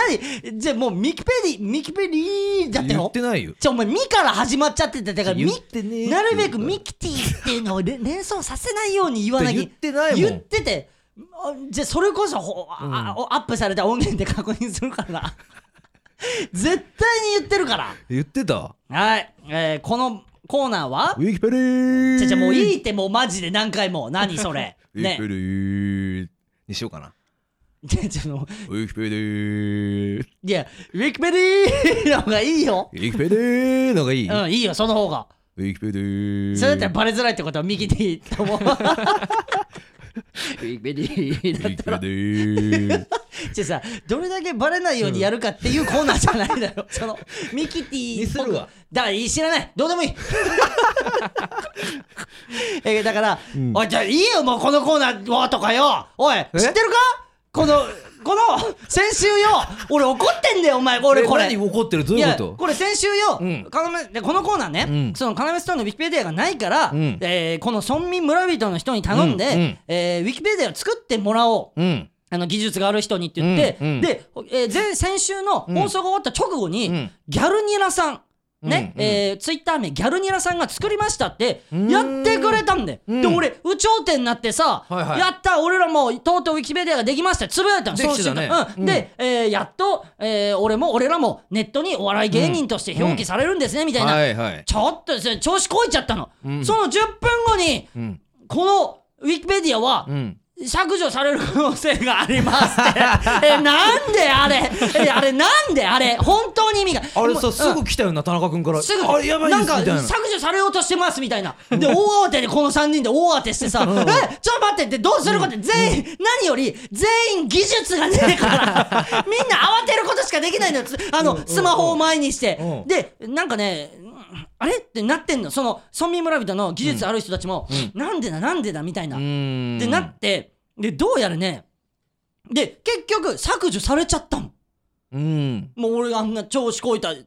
A: 何じゃあもうミキペディミキペディだって
B: 言っ
A: の
B: てないよ
A: じゃあお前「み」から始まっちゃってただからみ
B: 言ってねえって
A: なるべく「ミキティ」っていうのを れ連想させないように言わなきゃ
B: 言ってないもん
A: 言っててあじゃあそれこそほああアップされた音源で確認するから な絶対に言ってるから
B: 言ってた
A: はい、えーこのコーナーは
B: ウィキペディ
A: じゃあじゃあもう
B: い
A: いいってもうマジで何回も何そ れ
B: ウィキペ
A: ね
B: ディにしようかな
A: じゃあじゃあもう
B: ウィキペデ ィ
A: いやウィキペディアの方がいいよ
B: ウィキペディのがいい、
A: うんいいよその方が
B: ウィキペディ
A: それだったらバレづらいってことは右でいい と思うウィキペディだ
B: ウィキペディ
A: じゃあさどれだけバレないようにやるかっていうコーナーじゃないだろ、そのミキティ
B: にするわ
A: だからいい知らないどうでもいいえだから、おいじゃあいいよもうこのコーナーはとかよおい知ってるかこのこの先週よ俺怒ってんだよお前俺
B: え
A: これ
B: 何怒ってるどういうこと
A: これ先週よ、
B: うん
A: かなめでこのコーナーね、
B: うん
A: そのカナメストーンのウィキペディアがないから、
B: うん
A: えーこの村民村人の人に頼んで、
B: うんうん
A: えーウィキペディアを作ってもらおう
B: うん
A: あの技術がある人にって言って、
B: うんうん
A: で、えー前先週の放送が終わった直後に、
B: うん
A: ギャルニラさんね、
B: うんうん
A: えーツイッター名ギャルニラさんが作りましたって
B: ん
A: やってくれたんで、
B: うん
A: で俺有頂天になってさ、
B: はいはい
A: やった俺らもとうとうウィキペディアができましたってつぶやいたの
B: できてたね
A: その瞬間うん
B: うん
A: で、えーやっと、えー俺も俺らもネットにお笑い芸人として表記されるんですね、みたいな、
B: はいはい
A: ちょっとそれ調子こいちゃったの、
B: うん
A: その10分後に
B: うん
A: このウィキペディアは、
B: うん
A: 削除される可能性があります ってえなんであれえあれなんであれ本当に意味が
B: あれ
A: も
B: さ
A: う
B: す
A: うん
B: ぐ来たよな田中君から
A: すぐ
B: あれやばいですみたいな
A: なんか削除されようとしてますみたいなで大慌てでこの3人で大慌てしてさ「えちょっと待って」ってどうするかって全員何より全員技術がねえ からみんな慌てることしかできないのよつあのスマホを前にして
B: うん
A: でなんかねうんあれってなってんのその村民村人の技術ある人たちもなんでだなんでだみたいな
B: うーん
A: でなってでどうやらねで結局削除されちゃったの
B: うん
A: もう俺があんな調子こいたで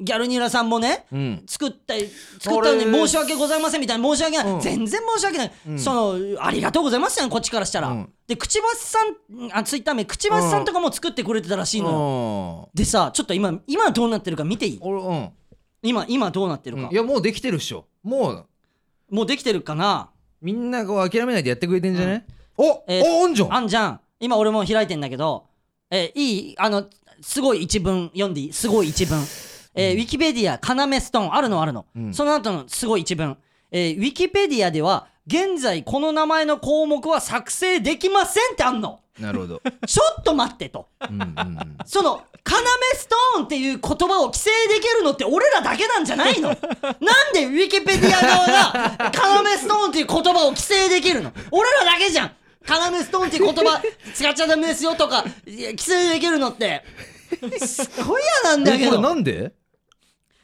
A: ギャルニラさんもね
B: うん
A: 作った作ったのに
B: あれ
A: 申し訳ございませんみたいな申し訳ない、
B: うん
A: 全然申し訳ない、
B: ん
A: そのありがとうございますよこっちからしたら、
B: うん
A: で口バスさんあツイッター名口バスさんとかも作ってくれてたらしいのよ、
B: あ
A: でさちょっと今今どうなってるか見ていい
B: ー俺
A: 今今どうなってる
B: うん
A: か
B: い、やもうできてるっしょもう
A: もうできてるかな
B: みんなこう諦めないでやってくれてんじゃねお
A: えー
B: おおんじゃん
A: あんじゃん今俺も開いてんだけど、えーいいあのすごい一文読んでいいすごい一 文、えーウィキペディア「カナメストーン」あるのあるの、
B: ん
A: その後のすごい一文、えーウィキペディアでは現在この名前の項目は作成できませんってあんの
B: なるほ ど
A: ちょっと待ってと
B: うんうんうん
A: その「カナメストーン」っていう言葉を規制できるのって俺らだけなんじゃないのなんでウィキペディア側が「カナメストーン」っていう言葉を規制できるの俺らだけじゃんカナメストーンっていう言葉使っちゃダメですよとかいや規制できるのってすごい嫌なんだ
B: え
A: け
B: これ
A: ど
B: なんで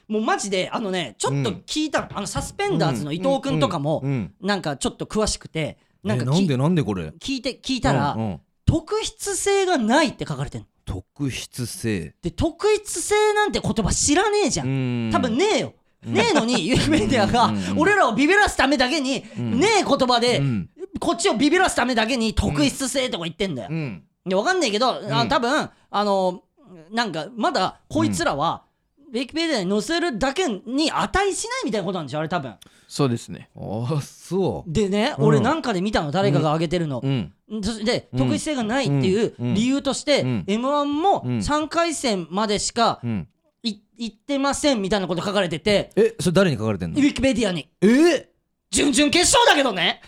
A: もうマジであのねちょっと聞いたの,、あのサスペンダーズの伊藤君とかも
B: うんうん
A: なんかちょっと詳しくてなん
B: え
A: か
B: な
A: き
B: んでなんでこれ
A: 聞いて聞いたら、
B: うんうん
A: 特筆性がないって書かれてる
B: 特筆性
A: で特筆性なんて言葉知らねえじゃん
B: ん
A: 多分ねえよ。ねえの に、ユーメディアが
B: うんうんう、ん
A: 俺らをビビらすためだけに、ねえ言葉で
B: うん、
A: こっちをビビらすためだけに、特筆性とか言ってんだよ
B: う。ん
A: で、わかんねえけど、あ多分、あの、なんか、まだ、こいつらは、ウィキペディアに載せるだけに値しないみたいなことなんでしょ、あれ多分。
C: そうですね
B: ああそう
A: でね、俺なんかで見たの、誰かが挙げてるの。
B: うん
A: そしてで、
B: うん
A: 特異性がないっていう
B: うん
A: 理由として、
B: うん
A: M1 も
B: うん
A: 3回戦までしか
B: うん
A: い行ってませんみたいなこと書かれてて、
B: えそれ誰に書かれてん
A: ウ
B: の
A: ィキペディアに。
B: え
A: 準々決勝だけど ね。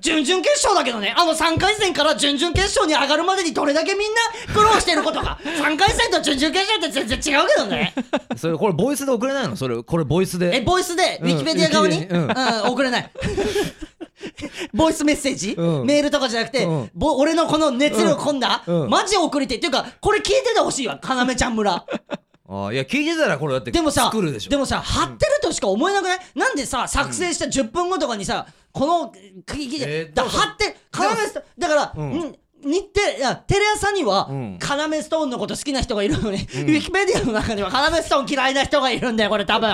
A: 準々決勝だけどね。あの3回戦から準々決勝に上がるまでにどれだけみんな苦労してることか。3回戦と準々決勝って全然違うけどね。
B: それこれボイスで送れないのそれこれボイス
A: え、
B: で
A: ボイスで、ウィキペディア側
B: ウィ
A: に、
B: キペ
A: う
B: デ
A: ん、送れ ない。ボイスメッセージ、
B: うん
A: メールとかじゃなくて、
B: うん
A: ぼ俺のこの熱量込んだ、
B: うんうん
A: マジ送りてっていうかこれ聞いててほしいわ要ちゃん村
B: ああいや聞いてたらこれだって
A: でもさ
B: 作るでしょ
A: もさ貼ってるとしか思えなくない、なんでさ作成した10分後とかにさこの聞き、
B: えー
A: だ
B: でもさ
A: 貼って要ストだから、
B: うん
A: ん日テいやテレ朝には、
B: うん
A: 要ストーンのこと好きな人がいるのに、ウィキペディアの中には要ストーン嫌いな人がいるんだよこれ多分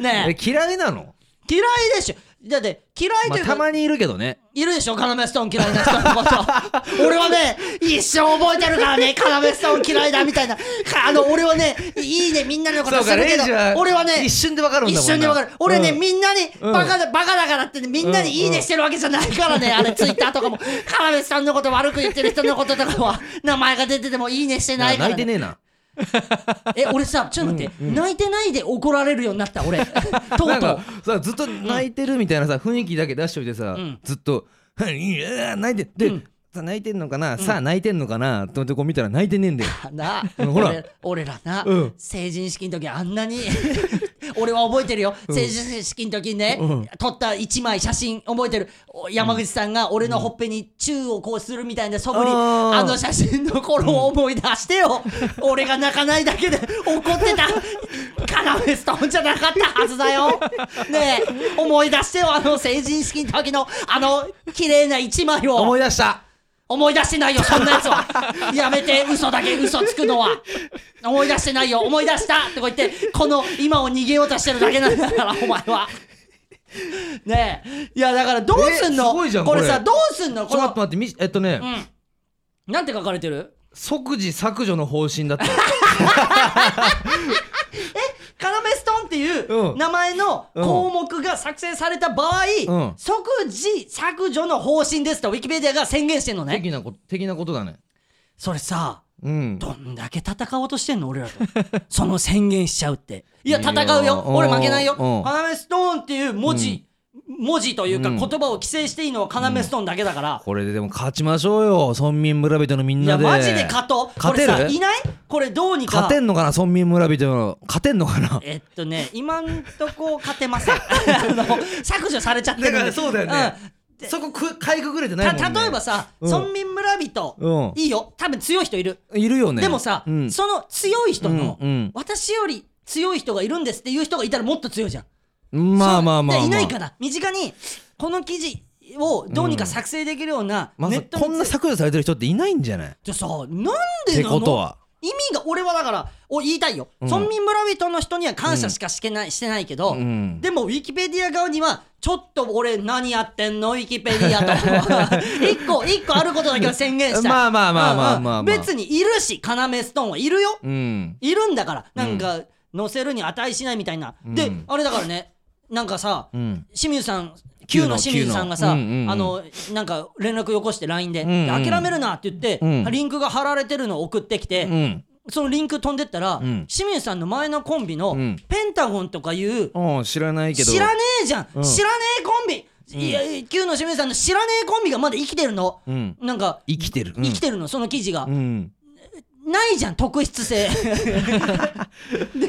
A: ねえ
B: え嫌いなの
A: 嫌いでしょだって嫌いと
B: まあ
A: いう
B: た
A: か、
B: まにいるけどね
A: いるでしょ要ストーン嫌いな人のこと俺はね一生覚えてるからね要ストーン嫌いだみたいなかあの俺はねいいねみんなのことするけど俺はね
B: 一瞬でわかるんだもん
A: 一
B: な
A: 瞬でわかる俺ね、
B: うん
A: みんなにバカだ、バカだからってねみんなにいいねしてるわけじゃないからね、あれツイッターとかも要さんのこと悪く言ってる人のこととかは名前が出ててもいいねしてないから、
B: 泣いてねえな
A: え俺さちょっと待って、泣いてないで怒られるようになった俺と
B: な
A: うんとう
B: かさずっと泣いてるみたいなさ雰囲気だけ出しといてさ、
A: ん
B: ずっと「いや泣いて」で、さ泣いてんのかな、さあ泣いてんのかなと思ってこう見たら泣いてねえんだよ
A: な
B: うんほら
A: 俺俺らな、
B: うん
A: 成人式の時あんなに 俺は覚えてるよ、成人式の時にね、撮った一枚写真覚えてるお山口さんが俺のほっぺにチューをこうするみたいなそぶり、
B: あー
A: あの写真の頃を思い出して よ、俺が泣かないだけで怒ってたカナメストーンじゃなかったはずだよねえ思い出してよあの成人式の時のあの綺麗な一枚を
B: 思い出した
A: 思い出してないよそんなや つはやめて嘘だけ嘘つくのは思い出してないよ思い出したとか言ってこの今を逃げようとしてるだけなんだからお前はねえいやだからどうすんの
B: えすごいじゃん
A: これさ
B: これ
A: どうすんの
B: ち
A: こ
B: ょっと待
A: の
B: って待ってみしえっとね、
A: なんて書かれてる
B: 即時削除の方針 だった
A: カナメストーンっていううん名前の項目が作成された場合、
B: うん
A: 即時削除の方針ですとウィキペディアが宣言してんのね
B: 的なこと的なことだね
A: それさ
B: うん
A: どんだけ戦おうとしてんの俺らとその宣言しちゃうっていや
B: いや
A: 戦うよ
B: うん
A: 俺負けないよ「
B: うん
A: 要ストーン」っていう文字、文字というか
B: うん
A: 言葉を規制していいのは要ストーンだけだから、
B: これででも勝ちましょうよ村民村人のみん
A: いや
B: なで
A: マジで勝とう
B: 勝てる
A: これさいないこれどうにか
B: 勝てんのかな村民村人の勝てんの かな
A: えっとね今んとこ勝てませんあの削除されちゃってるん でん
B: そこくかいくぐれてないもん、
A: た
B: ね、
A: 例えばさ、
B: うん
A: 村民村人、
B: うん
A: いいよ多分強い人いる
B: いるよね
A: でもさ、
B: うん
A: その強い人の、
B: うんうん
A: 私より強い人がいるんですっていう人がいたらもっと強いじゃん。
B: まあまあまあ、まあ、
A: そうでいないから身近にこの記事をどうにか作成できるような
B: ま
A: ネ
B: ず
A: ット
B: こんな
A: さ
B: 削除されてる人っていないんじゃないっ
A: じゃあさなんで
B: て
A: な
B: こと
A: の
B: は
A: 意味が俺はだからお言いたいよ、
B: うん
A: 村民村人の人には感謝しかしてない,、してないけど、
B: うん
A: でもウィキペディア側にはちょっと俺何やってんのウィキペディアと 一個一個あることだけは宣言したい
B: まあまあまあまあまあまあ
A: うんうん別にいるし要ストーンはいるよ
B: うん
A: いるんだからなんか載せるに値しないみたいな、
B: うん
A: であれだからねなんかさ、
B: うん
A: 清水さん旧
B: 旧
A: の
B: の
A: 清水さんがさ、
B: 旧のうんうんうん
A: あのなんか連絡よこして LINE で,で、
B: んうん
A: 諦めるなって言って、
B: うん
A: リンクが貼られてるのを送ってきて、
B: うん
A: そのリンク飛んでったら、
B: ん
A: 清水さんの前のコンビの、
B: うん
A: ペンタゴンとかいう
B: うん知らないけど
A: 知らねえじゃん、
B: うん
A: 知らねえコンビ、いや旧の清水さんの知らねえコンビがまだ生きてるの、
B: うん
A: なんか
B: 生きてる
A: 生きてるのその記事が、
B: うん、
A: ないじゃん特筆性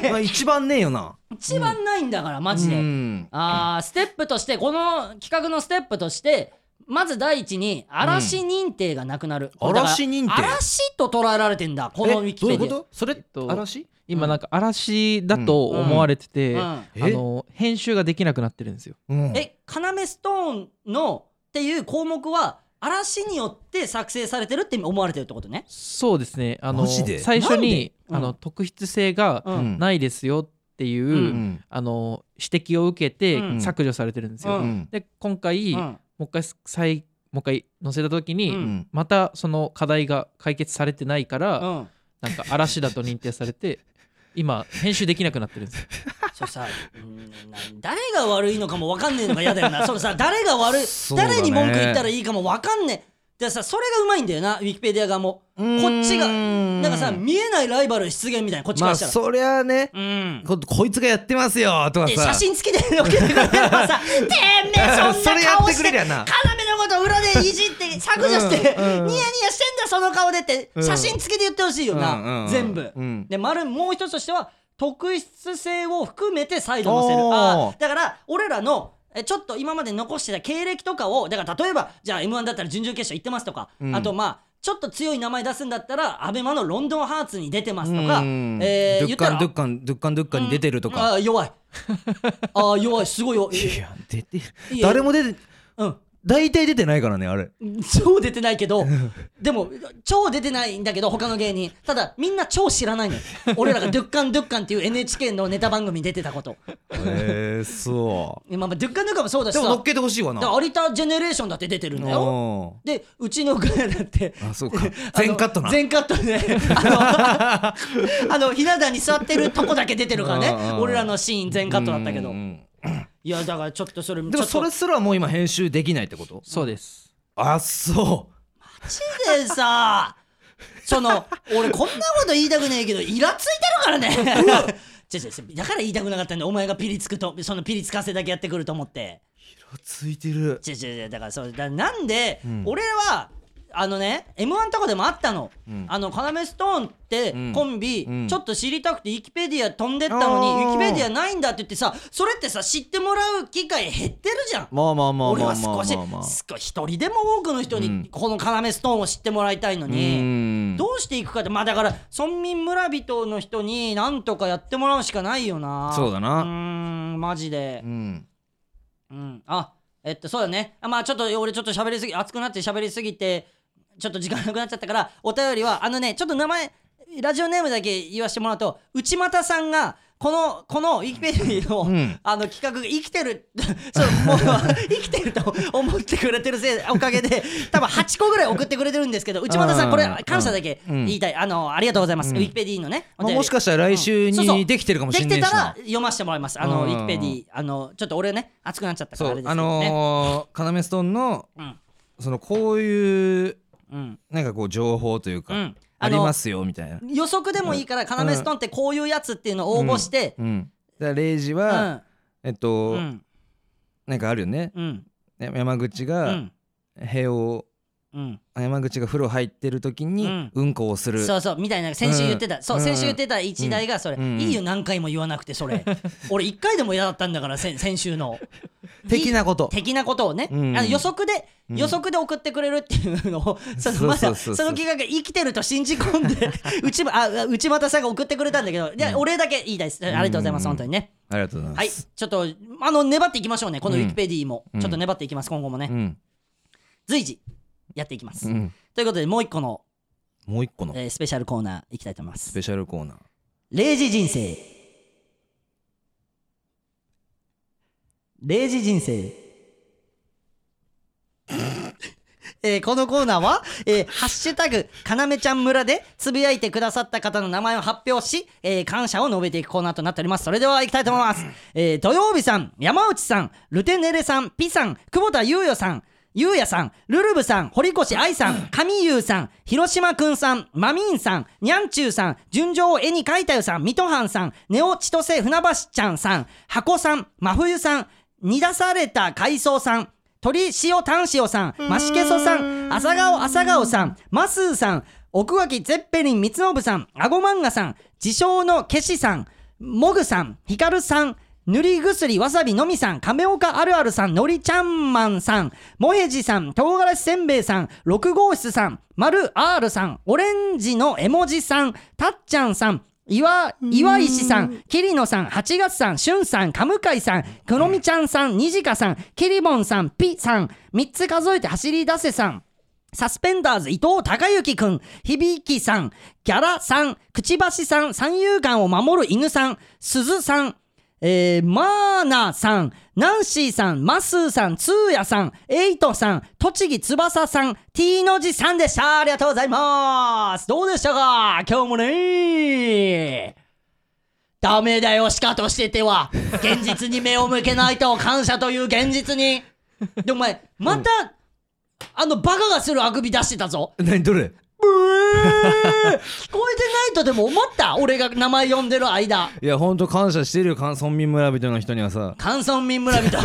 B: まあ一番ねえよな
A: 一番ないんだからマ
B: う
A: ジで。
B: ん
A: あーステップとしてこの企画のステップとしてまず第一に嵐認定がなくなる、
B: うん
A: これだから
B: 嵐認定
A: 嵐と捉えられてんだこ
B: え
A: のウィキペ
B: どう
A: デ
B: いう
A: ィ
B: ことそれと嵐
C: 今なんか嵐だと思われてて、
A: うんうん
C: あの編集ができなくなってるんですよ。
B: うん
A: アえ要ストーンのっていう項目は嵐によって作成されてるって思われてるってことね
C: そうですね。あの
B: マジで
C: 最初
A: な
C: に、
A: んでうん
C: あの特筆性が
A: うん
B: うん
C: ないですよっていう、
B: うん
C: あの指摘を受けて
A: うん
C: 削除されてるんですよ。
A: うん
C: で今回、
A: う
C: も
A: ん
C: う一回再もう一回載せた時に、
A: うん
B: うん
C: またその課題が解決されてないから、
A: うん
C: なんか嵐だと認定され て今編集できなくなってるんですよ。
A: それさうんな誰が悪いのかも分かんねえのが嫌だよなそれさ誰が悪い、
B: そうだね
A: 誰に文句言ったらいいかも分かんねえでさそれがうまいんだよなウィキペディア側もこ
B: うーん
A: っちがなんかさ見えないライバル出現みたいなこっちか
B: ま
A: ら
B: あ
A: したら、
B: そりゃね
A: うん
B: ここいつがやってますよとか
A: で
B: さ
A: 写真付きで載っけてくれればさ「てめえそ
B: そ
A: んな
B: れや
A: 顔
B: って
A: し
B: く
A: て
B: れり
A: 要
B: ゃな
A: のこと裏でいじって削除して
B: うんうんうん
A: ニヤニヤしてんだその顔で」って
B: うん
A: 写真付きで言ってほしいよ
B: うんうん
A: な
B: うん
A: 全部
B: うん
A: で丸もう一つとしては特質性を含めて再度載せる
B: おー
A: あーだから俺らのえちょっと今まで残してた経歴とかをだから例えばじゃあ m 1だったら準々決勝行ってますとか
B: うん
A: あとまあちょっと強い名前出すんだったらアベマのロンドンハーツに出てますとか
B: うん
A: えー
B: ド
A: 言っ
B: ゥッ
A: た
B: カン
A: ら
B: ドゥッカンドゥッカンドゥッカンに出てると
A: あ
B: か
A: ー弱いあー弱いすごいよ
B: いや出て
A: いや
B: 誰も出て
A: う
B: 大体出てないからね あれ
A: ん超出てないけどでも超出てないんだけど他の芸人ただみんな超知らないのよ俺らが「ドゥッカンドゥッカン」っていう NHK のネタ番組に出てたこと
B: えーそ
A: まあまあドゥッカンドゥッカンもそうだ
B: う
A: し
B: で
A: さ
B: も乗っけてほしいわな
A: だから有田ジェネレーションだって出てるんだよ
B: お
A: でうちのガヤだって
B: ーあそうか全カットな
A: あの全カットねあのあのひな壇に座ってるとこだけ出てるから
B: うんうん
A: ね
B: うん
A: 俺らのシーン全カットだったけど
B: うんうん
A: いやだからちょっとそれ
B: でも
A: ちょ
B: そ
A: っと
B: れすらもう今編集できないってこと
C: そうです。
B: あそう
A: でさその俺こんなこと言いたくねえけどイラついてるからね違う違う違うだから言いたくなかったんでお前がピリつくとそのピリつかせだけやってくると思って
B: 色ついてる
A: 違う違う違うだからそうだからなんで、
B: ん
A: 俺はあのね m 1とかでもあったの、
B: うん
A: あの要ストーンって
B: うん
A: コンビ、
B: うん
A: ちょっと知りたくてウィキペディア飛んでったのにウ
B: あー
A: ィキペディアないんだって言ってさそれってさ知ってもらう機会減ってるじゃん
B: まあまあまあ
A: 俺
B: まあ
A: は
B: ま
A: 少
B: あ
A: し
B: まあまあ
A: 少し一人でも多くの人
B: うん
A: にこの要ストーンを知ってもらいたいの
B: う
A: に、
B: ん
A: どうしていくかってまあだから村民村人の人になんとかやってもらうしかないよな
B: そうだな
A: うーんマジで
B: うん
A: うんあえっとそうだねあまあちょっと俺ちょっと喋りすぎ熱くなって喋りすぎてちょっと時間なくなっちゃったからお便りはあのねちょっと名前ラジオネームだけ言わせてもらうと内股さんがこのこのウィキペディの、
B: うん
A: あの企画が生きてる そうもう生きてると思ってくれてるせいおかげで多分8個ぐらい送ってくれてるんですけど内股さんこれ感謝だけ言いたい、あのありがとうございます、ウィキペディのねお
B: まあ
A: 便り
B: もしかしたら来週
A: うんそうそ
B: に
A: う
B: できてるかもし
A: で
B: れ
A: き
B: な
A: て
B: い
A: た
B: し
A: ら
B: な
A: 読ませてもらいますあ
B: う
A: のウ
B: ん
A: ィキペディあのちょっと俺ね熱くなっちゃったか
B: そ
A: らあれ
B: う
A: です
B: あ
A: けどね
B: のー要ストーンの
A: うん
B: そのこういう
A: うん
B: なんかこう情報というか、
A: うん
B: ありますよみたいな
A: 予測でもいいから「要ストーン」ってこういうやつっていうのを応募して
B: うんだからレイジ
A: う
B: は、
A: ん
B: えっと、
A: うん
B: なんかあるよね
A: うん
B: や山口
A: う
B: が
A: ん
B: 部屋を
A: うん
B: 山口が風呂入ってる時に
A: うん
B: うんこをする、
A: そうそうみたいな先週言ってたそう
B: うん
A: 先週言ってた一台がそれ
B: うん
A: いいよ何回も言わなくてそれ俺一回でも嫌だったんだから先先週の
B: 的なこと
A: 的なことをねあ
B: うん
A: の予測で予測で送ってくれるっていうのをそのま
B: そ
A: だ
B: う
A: そ
B: そうそうそう
A: の企画が生きてると信じ込ん で内ああ内股さんが送ってくれたんだけどいやお礼だけいいですありがとうございます本当にね
B: ありがとうございま
A: はい
B: す、
A: ちょっとあの粘っていきましょうねこのウ
B: うん
A: ィキペディも
B: うん
A: ちょっと粘っていきます今後もね
B: うん
A: 随時やっていきま
B: う
A: す
B: ん、
A: ということでもう一個の
B: もう一個の
A: えースペシャルコーナーいきたいと思いま
B: ス
A: す
B: ペシャルコー ナー
A: 0時人生0時人生えーこのコーナーは、えーハッシュタグ、かなめちゃん村で、つぶやいてくださった方の名前を発表し、えー感謝を述べていくコーナーとなっております。それでは行きたいと思います。えー土曜日さん、山内さん、ルテネレさん、ピさん、久保田優也さん、ゆうやさん、ルルブさん、堀越愛さん、神優さん、広島くんさん、まみんさん、にゃんちゅうさん、純情を絵に描いたよさん、水戸藩さん、ネオ千歳船橋ちゃんさん、箱さん、真冬さん、煮出された海藻さん、鳥塩炭塩さん、マシケソさん、朝顔朝顔さん、マスーさん、奥脇ゼッペリン三信さん、アゴ漫画さん、自称のケシさん、モグさん、ヒカルさん、塗り薬わさびのみさん、亀岡あるあるさん、のりちゃんまんさん、もへじさん、唐辛子せんべいさん、六号室さん、まる R さん、オレンジの絵文字さん、たっちゃんさん、岩岩石さん、桐野さん、八月さん、俊さん、神向井さん、くのみちゃんさん、にじかさん、キリボンさん、ピさん、三つ数えて走り出せさん、サスペンダーズ伊藤孝之くん、響きさん、ギャラさん、くちばしさん、三遊間を守る犬さん、鈴さん、えー、マーナさん、ナンシーさん、マスーさん、ツーヤさん、エイトさん、栃木翼さん、T の字さんでした。ありがとうございます。どうでしたか今日もね。ダメだよ、しかとしてては。現実に目を向けないと感謝という現実に。で、お前、また、あのバカがするあくび出してたぞ
B: 何どれ
A: ブー聞こえてないとでも思った俺が名前呼んでる間
B: いやほんと感謝してるよかん村民村人の人にはさ
A: 関村民村 人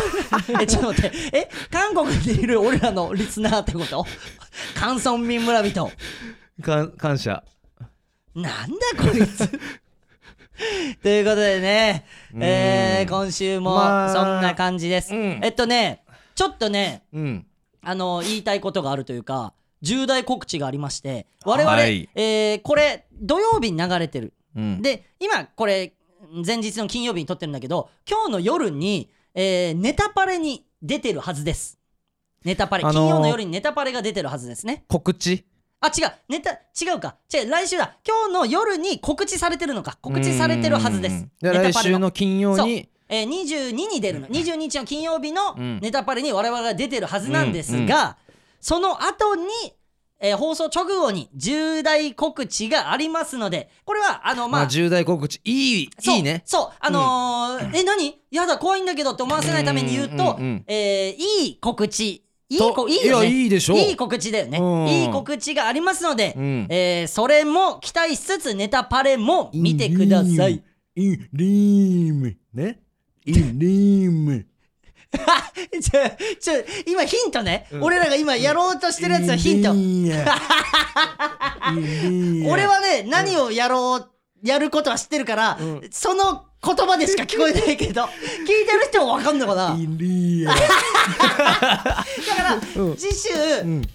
A: えちょっと待ってえ韓国にいる俺らのリスナーってこと関村民村人
B: か感謝
A: なんだこい つということでね、えー今週も
B: まあ
A: そんな感じです、
B: うん
A: えっとねちょっとね
B: うん
A: あの言いたいことがあるというか重大告知がありまして我々、
B: はい
A: えーこれ土曜日に流れてる
B: うん
A: で今これ前日の金曜日に撮ってるんだけど今日の夜に、えーネタパレに出てるはずですネタパレ、
B: あのー
A: 金曜の夜にネタパレが出てるはずですね
B: 告知
A: あ違うネタ違うか違う来週だ今日の夜に告知されてるのか告知されてるはずで
B: うん
A: すネ
B: で来
A: タパレ
B: 週の金曜に
A: えー22に出るの22日の金曜日の
B: うん
A: ネタパレに我々が出てるはずなんですが、その後に、えー放送直後に重大告知がありますのでこれはあのま
B: ま
A: あ、
B: あ重大告知いい
A: そう
B: いいね
A: そうあのーえ何やだ怖いんだけどって思わせないために言うと
B: うんうんうん
A: えーいい告知いい
B: と
A: こいいよね
B: いやいいでしょう
A: いい告知だよね
B: うん
A: いい告知がありますので、
B: うん
A: えーそれも期待しつつネタパレも見てください
B: インリームねインリーム
A: ちょ、ちょ、今ヒントね、俺らが今やろうとしてるやつのヒント。 俺はね、何をやろう、やることは知ってるから、その言葉でしか聞こえない けど、聞いてる人もわかんのかな。だから、次週、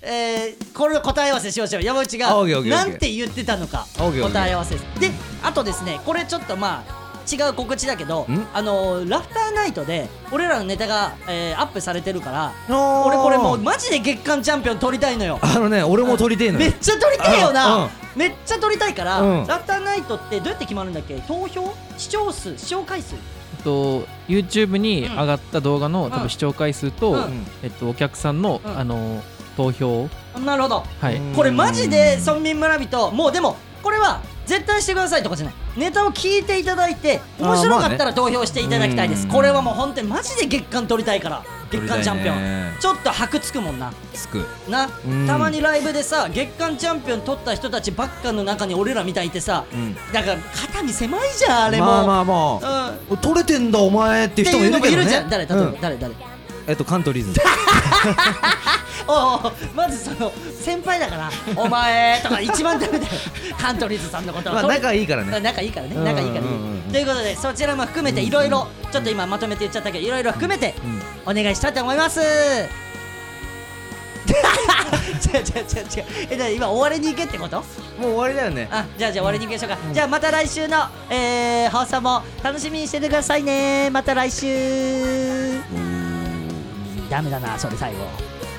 A: えーこれの答え合わせしましょう。山内が
B: あオッケーオッケーオ
A: な
B: ッケー
A: んて言ってたのか、
B: オッケーオッケー
A: 答え合わせです。で、あとですね、これちょっとまあ、違う告知だけど
B: ん、
A: あのーラフターナイトで俺らのネタが、えーアップされてるから、俺
B: 俺
A: これもうマジで月間チャンピオン取りたいのよ
B: あのね俺も撮りてえの
A: めっちゃ取りたいよ
B: うんう
A: なんめっちゃ取りたいから
B: うん
A: ラフターナイトってどうやって決まるんだっけ投票視聴数視聴回数
C: えっと YouTube に
A: うん
C: 上がった動画の、多
A: うん
C: 分視聴回数と、
A: うん
C: えっと、お客さんの、
A: うん
C: あの投票、
A: なるほど
C: はい
B: うん
A: これマジで村民村人もうでもこれは絶対してくださいとかじゃないネタを聞いていただいて
B: あー
A: 面白かっ
B: ま
A: た
B: あ
A: ら投票していただきたいです
B: うん
A: これはもう本当にマジで月間取りたいから
B: 撮
A: 月
B: りた
A: 間
B: いね
A: チャンピオンちょっと箔つくもんな
B: つく
A: な
B: うん
A: たまにライブでさ月間チャンピオン取った人たちばっかの中に俺らみたいってさ
B: うん
A: だから肩身狭いじゃんあれも、
B: まあまあまあ
A: うんっ
B: 撮れてんだお前って
A: て
B: いう人もい
A: いうの
B: る
A: もい
B: けど
A: る
B: ね
A: じゃん誰例えば、
B: うん
A: 誰誰
B: えっとカン トリーズ
A: おうおうまずその先輩だから「お前」とか一番ダメだ よカントリーズさんのことは
B: まあ仲いいから
A: まあ
B: ね
A: 仲いいからね
B: うん
A: 仲いいからね
B: うんうんうん
A: ということでそちらも含めていろいろちょっと今まとめて言っちゃったけどいろいろ含めて
B: うん
A: お願いしたいと思います 違う違う違う違うえだから今終わりに行けってこと
B: もう終わりだよね
A: あじゃあじゃあ終わりに行きましょうか、じゃあまた来週の、えー放送も楽しみにしててくださいねまた来週うーんダメだなそれ最後